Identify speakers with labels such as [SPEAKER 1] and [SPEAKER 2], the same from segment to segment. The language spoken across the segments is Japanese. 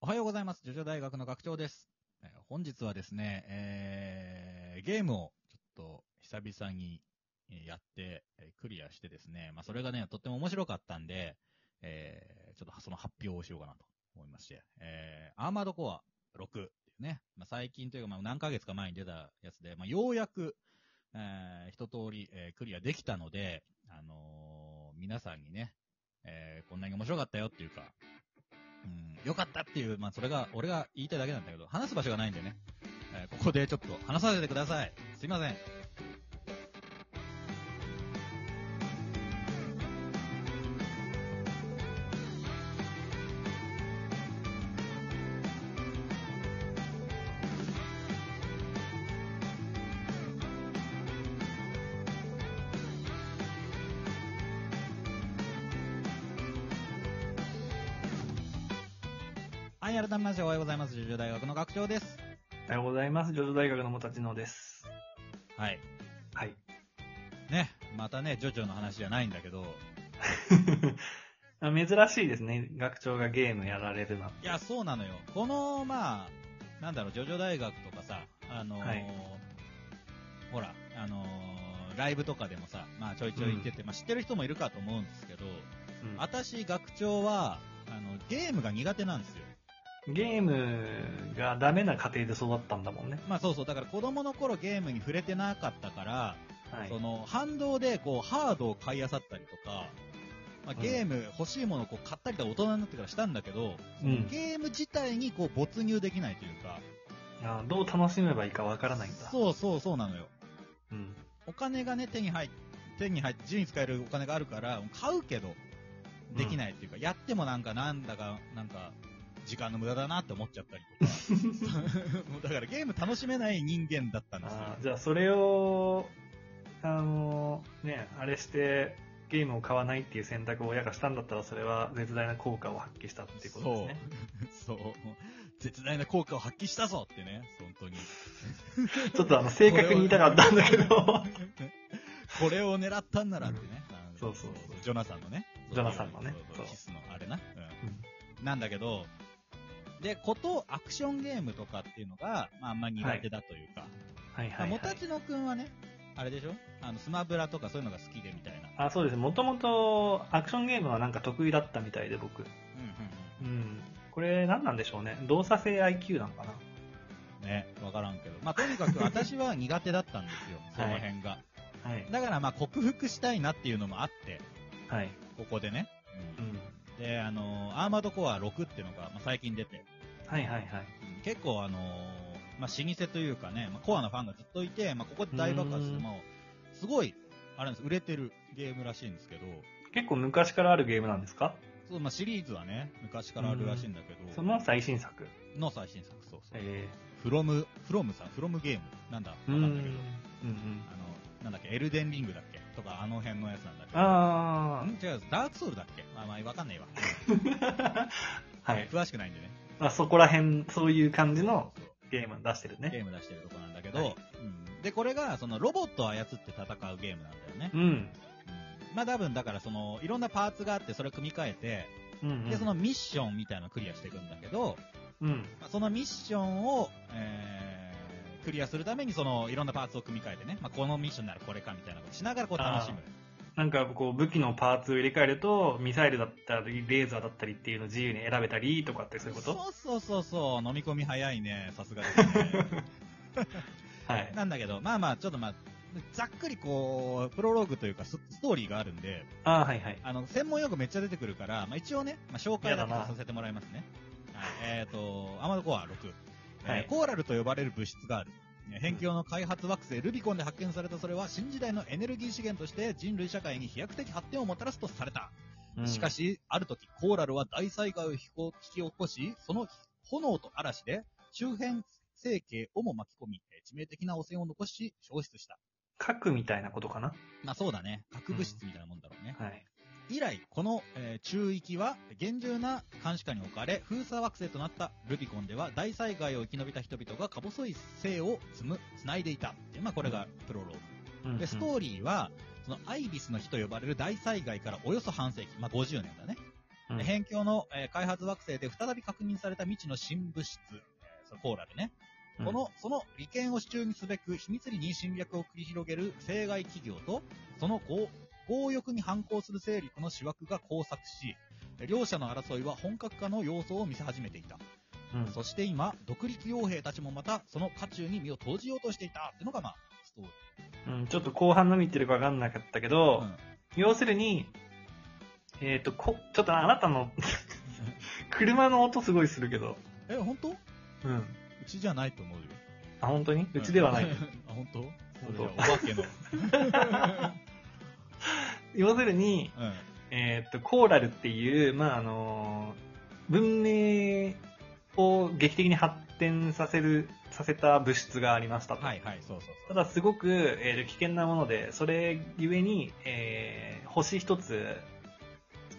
[SPEAKER 1] おはようございます。ジョジョ大学の学長です。えー本日はですね、えーゲームをちょっと久々にえーやって、えークリアしてですね、まあそれがね、とっても面白かったんで、えーちょっとその発表をしようかなと思いまして、えーアーマードコア6っていうね、まあ最近というかまあ何ヶ月か前に出たやつで、まあようやく、えー一通り、えークリアできたので、あのー皆さんにね、えーこんなに面白かったよっていうか、うん、よかったっていう、まあ、それが、俺が言いたいだけなんだけど、話す場所がないんでね、えーここでちょっと話させてください。すいません。はい、改めましておはようございます。十条大学の学長です。
[SPEAKER 2] おはようございます。ジョジョ大学のもたちのです。
[SPEAKER 1] はい。
[SPEAKER 2] はい。
[SPEAKER 1] ね、またね、ジョジョの話じゃないんだけど、
[SPEAKER 2] 珍しいですね。学長がゲームやられるな。
[SPEAKER 1] いや、そうなのよ。この、まあ、なんだろう、ジョジョ大学とかさ、あのー
[SPEAKER 2] はい
[SPEAKER 1] ほら、あのーライブとかでもさ、まあ、ちょいちょい行ってて、まあ、知ってる人もいるかと思うんですけど、
[SPEAKER 2] うん
[SPEAKER 1] 私、学長は、あの、ゲームが苦手なんですよ。
[SPEAKER 2] ゲームがダメな家庭で育ったんだもんね。
[SPEAKER 1] まあそうそう、だから子供の頃ゲームに触れてなかったから、
[SPEAKER 2] はい
[SPEAKER 1] そ。の反動でこうハードを買い漁ったりとか、まあ、ゲーム欲しいものをこう買ったりとか大人になってからしたんだけど、
[SPEAKER 2] うん
[SPEAKER 1] ゲーム自体にこう没入できないというか、
[SPEAKER 2] あどう楽しめばいいかわからないんだ。
[SPEAKER 1] そうそうそうなのよ。
[SPEAKER 2] うん。
[SPEAKER 1] お金がね、手に入っ手に入って自由に使えるお金があるから、買うけど、できないっていうか、やってもなんかなんだか、なんか、時間の無駄だなって思っちゃったりとか。 もうだからゲーム楽しめない人間だったんですよ。
[SPEAKER 2] あーじゃあ、それを、あの、ね、あれして、ゲームを買わないっていう選択を親がしたんだったら、それは絶大な効果を発揮したっていうことですね。
[SPEAKER 1] そう。 そう。絶大な効果を発揮したぞってね、本当に。
[SPEAKER 2] ちょっとあの、正確に言いたかったんだけど、
[SPEAKER 1] これを狙ったんならってね。あの
[SPEAKER 2] そうそうそう
[SPEAKER 1] ジョナサンのね。
[SPEAKER 2] ジョナサンのね
[SPEAKER 1] そうそう
[SPEAKER 2] そう
[SPEAKER 1] キスのあれな。うん。なんだけど、で、こと、アクションゲームとかっていうのが、まあ、あんま苦手だというか。
[SPEAKER 2] はい
[SPEAKER 1] ま
[SPEAKER 2] は
[SPEAKER 1] あ
[SPEAKER 2] い、は
[SPEAKER 1] も
[SPEAKER 2] い
[SPEAKER 1] た。ちのくんはね、あれでしょあの、スマブラとかそういうのが好きでみたいな。
[SPEAKER 2] あ、そうですね。もともと、アクションゲームはなんか得意だったみたいで、僕。
[SPEAKER 1] うんうん
[SPEAKER 2] うん。これ何なんでしょうね。動作性 IQ なのかな
[SPEAKER 1] うん。ね、わからんけど。まあ、とにかく私は苦手だったんですよ、その辺が。
[SPEAKER 2] はい。
[SPEAKER 1] だからまあ克服したいなっていうのもあって、
[SPEAKER 2] はい。
[SPEAKER 1] ここでね。
[SPEAKER 2] うん。
[SPEAKER 1] で、あのーアーマードコア6っていうのが、まあ、最近出て、
[SPEAKER 2] はいはいはい。
[SPEAKER 1] 結構あのーまあ、老舗というかね、まあ、コアなファンがずっといて、まあ、ここで大爆発して、
[SPEAKER 2] うん
[SPEAKER 1] もう、すごい、あれなんです、売れてるゲームらしいんですけど、
[SPEAKER 2] 結構昔からあるゲームなんですか
[SPEAKER 1] そうまあ、シリーズはね、昔からあるらしいんだけど、
[SPEAKER 2] その最新作。
[SPEAKER 1] の最新作、そうそう。
[SPEAKER 2] え
[SPEAKER 1] フロム、フロムさん、フロムゲーム、なんだ、わ
[SPEAKER 2] え
[SPEAKER 1] かんないけど、
[SPEAKER 2] うん
[SPEAKER 1] あの、なんだっけ、エルデンリングだっけとか、あの辺のやつなんだけど、
[SPEAKER 2] うん。あ
[SPEAKER 1] ん違う、ダークソウルだっけまあまあ、わかんないわ。
[SPEAKER 2] あ。はい。
[SPEAKER 1] 詳しくないんでね。
[SPEAKER 2] あそこら辺、そういう感じの
[SPEAKER 1] そうそう
[SPEAKER 2] ゲーム出してる
[SPEAKER 1] ゲ
[SPEAKER 2] ね。
[SPEAKER 1] ーム出してるとこなんだけど、
[SPEAKER 2] はい
[SPEAKER 1] うんで、これが、その、ロボットを操って戦うゲームなんだよね
[SPEAKER 2] う。ん。
[SPEAKER 1] まあ、多分、だから、その、いろんなパーツがあって、それを組み替えて、
[SPEAKER 2] うん、うん。
[SPEAKER 1] で、その、ミッションみたいなのをクリアしていくんだけど、
[SPEAKER 2] うん。
[SPEAKER 1] まあそのミッションを、えークリアするために、その、いろんなパーツを組み替えてね、まあ、このミッションならこれかみたいなことしながら、こう、楽しむ。
[SPEAKER 2] なんかこう武器のパーツを入れ替えると、ミサイルだったり、レーザーだったりっていうのを自由に選べたりとかってそういうこと
[SPEAKER 1] そうそうそうそう、飲み込み早いね、さすがですね。
[SPEAKER 2] はい。
[SPEAKER 1] なんだけど、まあまあ、ちょっとまあ、ざっくりこう、プロローグというかス、ストーリーがあるんで、
[SPEAKER 2] ああ、はいはい。
[SPEAKER 1] あの、専門用語めっちゃ出てくるから、まあ、一応ね、まあ、紹介だけ
[SPEAKER 2] やだな
[SPEAKER 1] させてもらいますね。はい、えっ、と、アマドコア6。えー
[SPEAKER 2] はい
[SPEAKER 1] コーラルと呼ばれる物質がある。えー辺境の開発惑星ルビコンで発見されたそれは新時代のエネルギー資源として人類社会に飛躍的発展をもたらすとされた。
[SPEAKER 2] うん
[SPEAKER 1] しか、し、ある時、コーラルは大災害を引こ引き起こし、その炎と嵐で周辺生計をも巻き込み、えー致命的な汚染を残し消失した。
[SPEAKER 2] 核みたいなことかな
[SPEAKER 1] まあそうだね。核物質みたいなもんだろうね。
[SPEAKER 2] はい。
[SPEAKER 1] 以来、この、えー中域は厳重な監視下に置かれ、封鎖惑星となったルビコンでは大災害を生き延びた人々がか細い生を積む、繋いでいたっていう。まあこれがプロローグ。
[SPEAKER 2] うん
[SPEAKER 1] で、ストーリーは、そのアイビスの日と呼ばれる大災害からおよそ半世紀、まあ50年だね。
[SPEAKER 2] ううん
[SPEAKER 1] で辺境の、えー開発惑星で再び確認された未知の新物質、えーそのコーラビね。この、その利権を手中にすべく秘密裏に侵略を繰り広げる政外企業と、その強強欲に反抗する勢力の思惑が交錯し、両者の争いは本格化の要素を見せ始めていた。
[SPEAKER 2] うん、うん、
[SPEAKER 1] そして今、独立傭兵たちもまた、その渦中に身を投じようとしていたっていうのが、まあ、ストーリ
[SPEAKER 2] うんちょっと後半何言ってるか分かんなかったけ
[SPEAKER 1] ー。
[SPEAKER 2] ど、
[SPEAKER 1] うん
[SPEAKER 2] 要するに、えっ、とこ、ちょっとあなた の車の音すごいするけど、
[SPEAKER 1] え、本当う
[SPEAKER 2] うん。
[SPEAKER 1] ちじゃないと思うよ。
[SPEAKER 2] あ、本当にうちではない。
[SPEAKER 1] あ、本当そ
[SPEAKER 2] 本
[SPEAKER 1] れ
[SPEAKER 2] 当
[SPEAKER 1] はお化 けの。
[SPEAKER 2] 要するに、
[SPEAKER 1] うん。
[SPEAKER 2] えっ、と、コーラルっていう、まあ、あのー文明を劇的に発展させる、させた物質がありましたと。
[SPEAKER 1] はいはい、そうそう
[SPEAKER 2] ただすごく、えー危険なもので、それゆえに、えー星一つ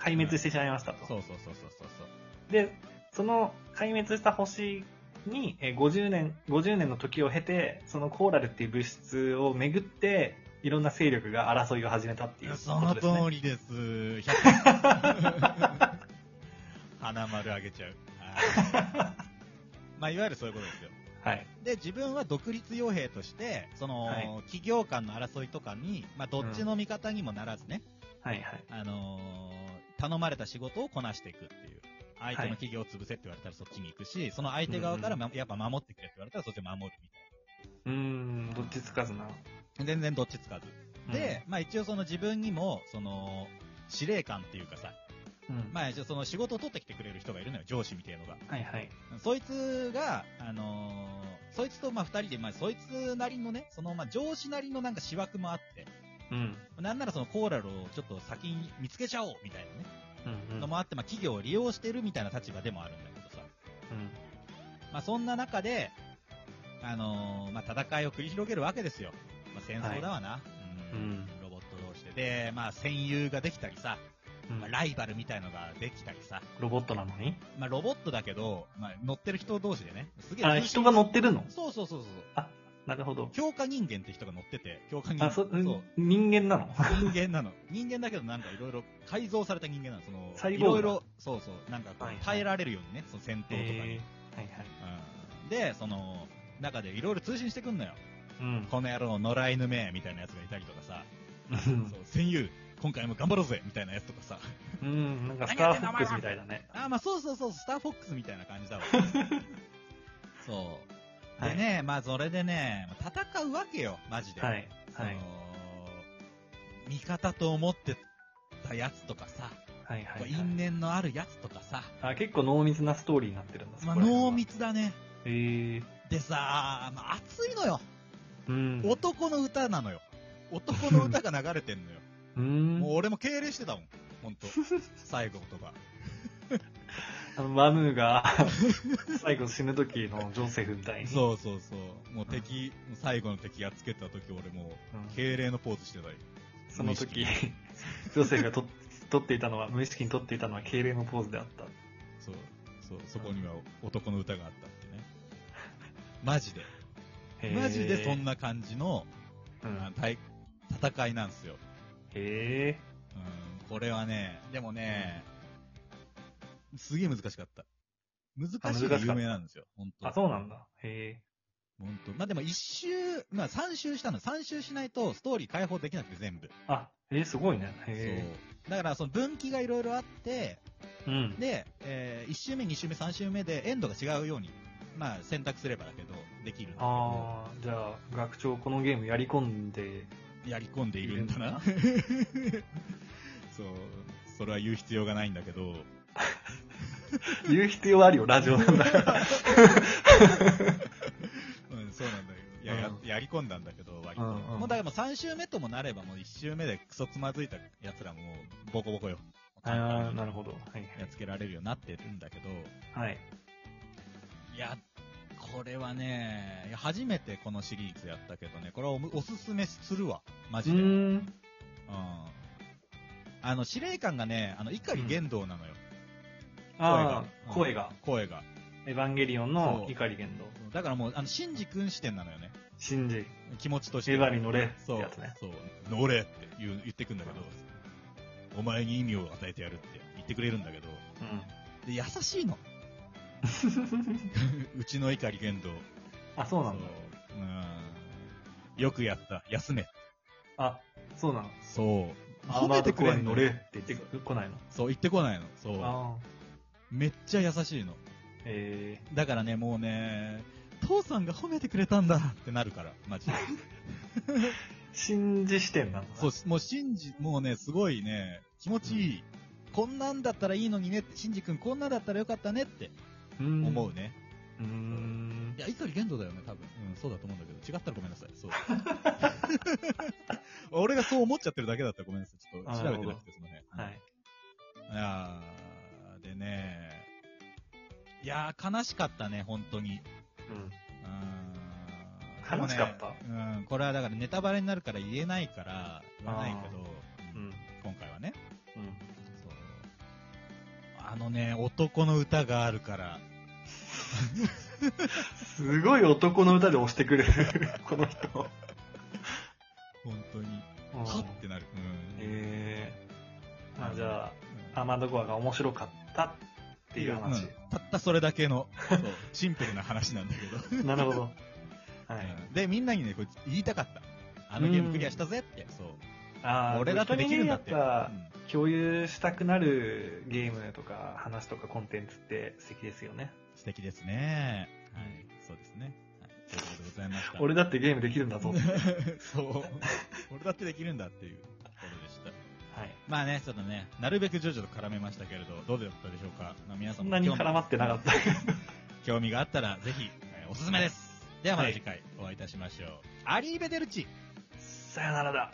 [SPEAKER 2] 壊滅してしまいましたと。
[SPEAKER 1] そう。そうそうそうそうそうそう。
[SPEAKER 2] で、その壊滅した星に、えー50年、50年の時を経て、そのコーラルっていう物質をめぐって、いろんな勢力が争いを始めたっていう
[SPEAKER 1] そ
[SPEAKER 2] こ
[SPEAKER 1] の
[SPEAKER 2] とですね。
[SPEAKER 1] 通りです。100花丸あげちゃう。まあ、いわゆるそういうことですよ。
[SPEAKER 2] はい。
[SPEAKER 1] で、自分は独立傭兵として、その、
[SPEAKER 2] はい
[SPEAKER 1] 企業間の争いとかに、まあ、どっちの味方にもならずね、
[SPEAKER 2] はいはい。
[SPEAKER 1] あのー頼まれた仕事をこなしていくっていう。相手の企業を潰せって言われたらそっちに行くし、その相手側から、まやっぱ守ってくれって言われたらそっちで守るみたいう
[SPEAKER 2] ーん、どっちつかずな。
[SPEAKER 1] な。全然どっちつかず。で、まあ一応その自分にも、その、司令官っていうかさ、
[SPEAKER 2] うん、うん
[SPEAKER 1] まあ、その仕事を取ってきてくれる人がいるのよ、上司みたいのが。
[SPEAKER 2] はいはい。
[SPEAKER 1] そいつが、あのーそいつとまあ二人で、まあ、そいつなりのね、そのまあ上司なりのなんか思惑もあって、
[SPEAKER 2] うん。
[SPEAKER 1] なんならそのコーラルをちょっと先に見つけちゃおうみたいなね、
[SPEAKER 2] うん、うん。
[SPEAKER 1] のもあって、まあ企業を利用してるみたいな立場でもあるんだけどさ。
[SPEAKER 2] うん
[SPEAKER 1] まあそんな中で、あのーまあ戦いを繰り広げるわけですよ。まあ戦争だわな。うんロボット同士で。で、まあ戦友ができたりさ、
[SPEAKER 2] うん
[SPEAKER 1] まあライバルみたいのができたりさ、
[SPEAKER 2] ロボットなのに
[SPEAKER 1] まあ、ロボットだけど、まあ、乗ってる人同士でね。すげえ。
[SPEAKER 2] あ、人が乗ってるの
[SPEAKER 1] そうそうそうそう。
[SPEAKER 2] なるほど。
[SPEAKER 1] 強化人間って人が乗ってて、強化人間。
[SPEAKER 2] あ、そ、
[SPEAKER 1] う
[SPEAKER 2] うん人間なの
[SPEAKER 1] 人間なの。人間だけどなんかいろいろ改造された人間なの。その、
[SPEAKER 2] サイ
[SPEAKER 1] い
[SPEAKER 2] ボーグ
[SPEAKER 1] ろ
[SPEAKER 2] だ
[SPEAKER 1] いろ、そうそう。なんかこ
[SPEAKER 2] はいは
[SPEAKER 1] う
[SPEAKER 2] い
[SPEAKER 1] 耐えられるようにね、その戦闘とかに。
[SPEAKER 2] えー、はいはい。
[SPEAKER 1] うん、で、その、中でいろいろ通信してくんのよ。
[SPEAKER 2] うん。
[SPEAKER 1] この野郎、野良犬め、みたいなやつがいたりとかさ。
[SPEAKER 2] うん
[SPEAKER 1] そう、戦友、今回も頑張ろうぜ、みたいなやつとかさ。
[SPEAKER 2] うん、なんかスターフォックスみたいだね。
[SPEAKER 1] あ、まあそうそうそう、スターフォックスみたいな感じだ わ。そう。
[SPEAKER 2] は
[SPEAKER 1] で
[SPEAKER 2] い
[SPEAKER 1] ね、まあそれでね、戦うわけよ、マジで。
[SPEAKER 2] はい。
[SPEAKER 1] その
[SPEAKER 2] はい。
[SPEAKER 1] 味方と思ってたやつとかさ、
[SPEAKER 2] はいはい、はい。
[SPEAKER 1] 因縁のあるやつとかさ、
[SPEAKER 2] あ、結構濃密なストーリーになってるんだ、
[SPEAKER 1] まあ
[SPEAKER 2] そこら辺は
[SPEAKER 1] 濃。密だね。
[SPEAKER 2] えー、
[SPEAKER 1] でさ、まあ熱いのよ。
[SPEAKER 2] うん。
[SPEAKER 1] 男の歌なのよ。男の歌が流れてんのよ。
[SPEAKER 2] うん
[SPEAKER 1] もう。俺も敬礼してたもん。ほん と。最後とか。
[SPEAKER 2] あの、マムーが、 最後死ぬ時のジョセフみたいに。う。
[SPEAKER 1] そうそうそう。もう敵、最後の敵やっつけた時俺もう、敬礼のポーズしてたよ。
[SPEAKER 2] その時、ジョセフがと撮っていたのは、無意識に撮っていたのは敬礼のポーズであった。
[SPEAKER 1] そう、そう、そこには男の歌があったってね。マジで。
[SPEAKER 2] へー
[SPEAKER 1] マジでそんな感じの、
[SPEAKER 2] うん
[SPEAKER 1] あ対戦いなんですよ。
[SPEAKER 2] へえ。
[SPEAKER 1] うん、これはね、でもね、すげえ難しかった。難しいが有名なんですよ、本当
[SPEAKER 2] あ、そうなんだ。へ
[SPEAKER 1] 本当まあでも一周、まあ三周したの。三周しないとストーリー解放できなくて全部。
[SPEAKER 2] え。あ、えー、すごいね。
[SPEAKER 1] そう
[SPEAKER 2] へ。
[SPEAKER 1] だからその分岐がいろいろあって、
[SPEAKER 2] え。うん。
[SPEAKER 1] で、え1周目、2周目、3周目でエンドが違うように、まあ選択すればだけど、できるんだけど、
[SPEAKER 2] あー、じゃあ、学長このゲームやり込んで、
[SPEAKER 1] やり込んでいるんだな。 そう、それは言う必要がないんだけど、
[SPEAKER 2] 言う必要あるよ、ラジオなんだから。
[SPEAKER 1] うん、そうなんだよ。いや、や
[SPEAKER 2] うん
[SPEAKER 1] やり込んだんだけど、割と。
[SPEAKER 2] うんうん
[SPEAKER 1] もうだからもう3周目ともなれば、もう1周目でクソつまずいたやつらももうボコボコよ。
[SPEAKER 2] あー、なるほど。はい
[SPEAKER 1] やっつけられるようになってるんだけど、
[SPEAKER 2] はい。はい。
[SPEAKER 1] いや、これはね、いや初めてこのシリーズやったけどね、これはおむおすすめするわ、マ
[SPEAKER 2] う
[SPEAKER 1] ジで。
[SPEAKER 2] ーん。
[SPEAKER 1] うんあの、司令官がね、あの、碇言動なのよ。
[SPEAKER 2] ああ、
[SPEAKER 1] 声
[SPEAKER 2] 声
[SPEAKER 1] が
[SPEAKER 2] が。。
[SPEAKER 1] 声が。
[SPEAKER 2] エヴァンゲリオンの
[SPEAKER 1] そう
[SPEAKER 2] 怒り言動。
[SPEAKER 1] だからもう、あの、シンジ君視点なのよね。
[SPEAKER 2] シンジ、
[SPEAKER 1] 気持ちとして。
[SPEAKER 2] エヴァに乗れって
[SPEAKER 1] そう
[SPEAKER 2] やつね。。
[SPEAKER 1] そう。乗れって言う言ってくんだけど、お前に意味を与えてやるって言っってくれるんだけど、
[SPEAKER 2] うん。
[SPEAKER 1] で優しい の。うちの怒り言動。
[SPEAKER 2] あ、そうなんだ。
[SPEAKER 1] そううん。よくやった。休め。
[SPEAKER 2] あ、そうなの。
[SPEAKER 1] そう。
[SPEAKER 2] アー
[SPEAKER 1] 褒
[SPEAKER 2] バ
[SPEAKER 1] め
[SPEAKER 2] ー
[SPEAKER 1] て
[SPEAKER 2] ト
[SPEAKER 1] く
[SPEAKER 2] 公
[SPEAKER 1] れ
[SPEAKER 2] 園
[SPEAKER 1] ん
[SPEAKER 2] 乗
[SPEAKER 1] の
[SPEAKER 2] れって言ってこないの。
[SPEAKER 1] そう、言ってこないの。そう。
[SPEAKER 2] ああ。
[SPEAKER 1] めっちゃ優しいの。
[SPEAKER 2] え
[SPEAKER 1] だからね、もうね、父さんが褒めてくれたんだってなるから、マジで。
[SPEAKER 2] ー、信じ視点なんだな。
[SPEAKER 1] そう、もう、シンジ、もうね、すごいね、気持ちいい。こんなんだったらいいのにねって、シンジ君こんなんだったらよかったねって
[SPEAKER 2] うん
[SPEAKER 1] 思う。ね。
[SPEAKER 2] うーん
[SPEAKER 1] い。や、怒り限度だよね、多分。うん、そうだと思うんだけど。違ったらごめんなさい。そう。 俺がそう思っちゃってるだけだったらごめんなさい。ちょっと調べてなくて、その辺。
[SPEAKER 2] はい。
[SPEAKER 1] いやーでね、いやー悲しかったね、本当に。
[SPEAKER 2] うん。
[SPEAKER 1] うーん
[SPEAKER 2] 悲しかった
[SPEAKER 1] でもねうん、これはだからネタバレになるから言えないから、言わないけど、う
[SPEAKER 2] う
[SPEAKER 1] ん
[SPEAKER 2] ん。
[SPEAKER 1] 今回はね。
[SPEAKER 2] うん。
[SPEAKER 1] そうあのね、男の歌があるから、
[SPEAKER 2] すごい男の歌で押してくれる、 この人。
[SPEAKER 1] 本当に、
[SPEAKER 2] うん
[SPEAKER 1] はってなる。うん
[SPEAKER 2] えー、まあじゃあ、アーマードコアが面白かったっていう
[SPEAKER 1] う
[SPEAKER 2] 話。
[SPEAKER 1] んたったそれだけ の、そうシンプルな話なんだけど。
[SPEAKER 2] なるほど。はい。
[SPEAKER 1] うんで、みんなにね、こいつ言いたかった。あのゲームクリアしたぜって、そう。
[SPEAKER 2] あー
[SPEAKER 1] 俺だってできるんだって。
[SPEAKER 2] 本当にねやっぱ
[SPEAKER 1] うん
[SPEAKER 2] 共有したくなるゲームとか話とかコンテンツって素敵ですよね。
[SPEAKER 1] 素敵ですね。はい。そうですね。はい。ということでございました。
[SPEAKER 2] 俺だってゲームできるんだ ぞ。はい。
[SPEAKER 1] そう。俺だってできるんだっていうところでした。まあね、ちょっとね、なるべく徐々と絡めましたけれど、どうだったでしょうか。まあ、皆さ
[SPEAKER 2] そ
[SPEAKER 1] ん
[SPEAKER 2] ん
[SPEAKER 1] も
[SPEAKER 2] なに絡まってなかった。
[SPEAKER 1] 興味があったら、ぜひ、えーおすすめです。ではまた次回お会いいたしましょう。アリーベデルチ
[SPEAKER 2] さよならだ。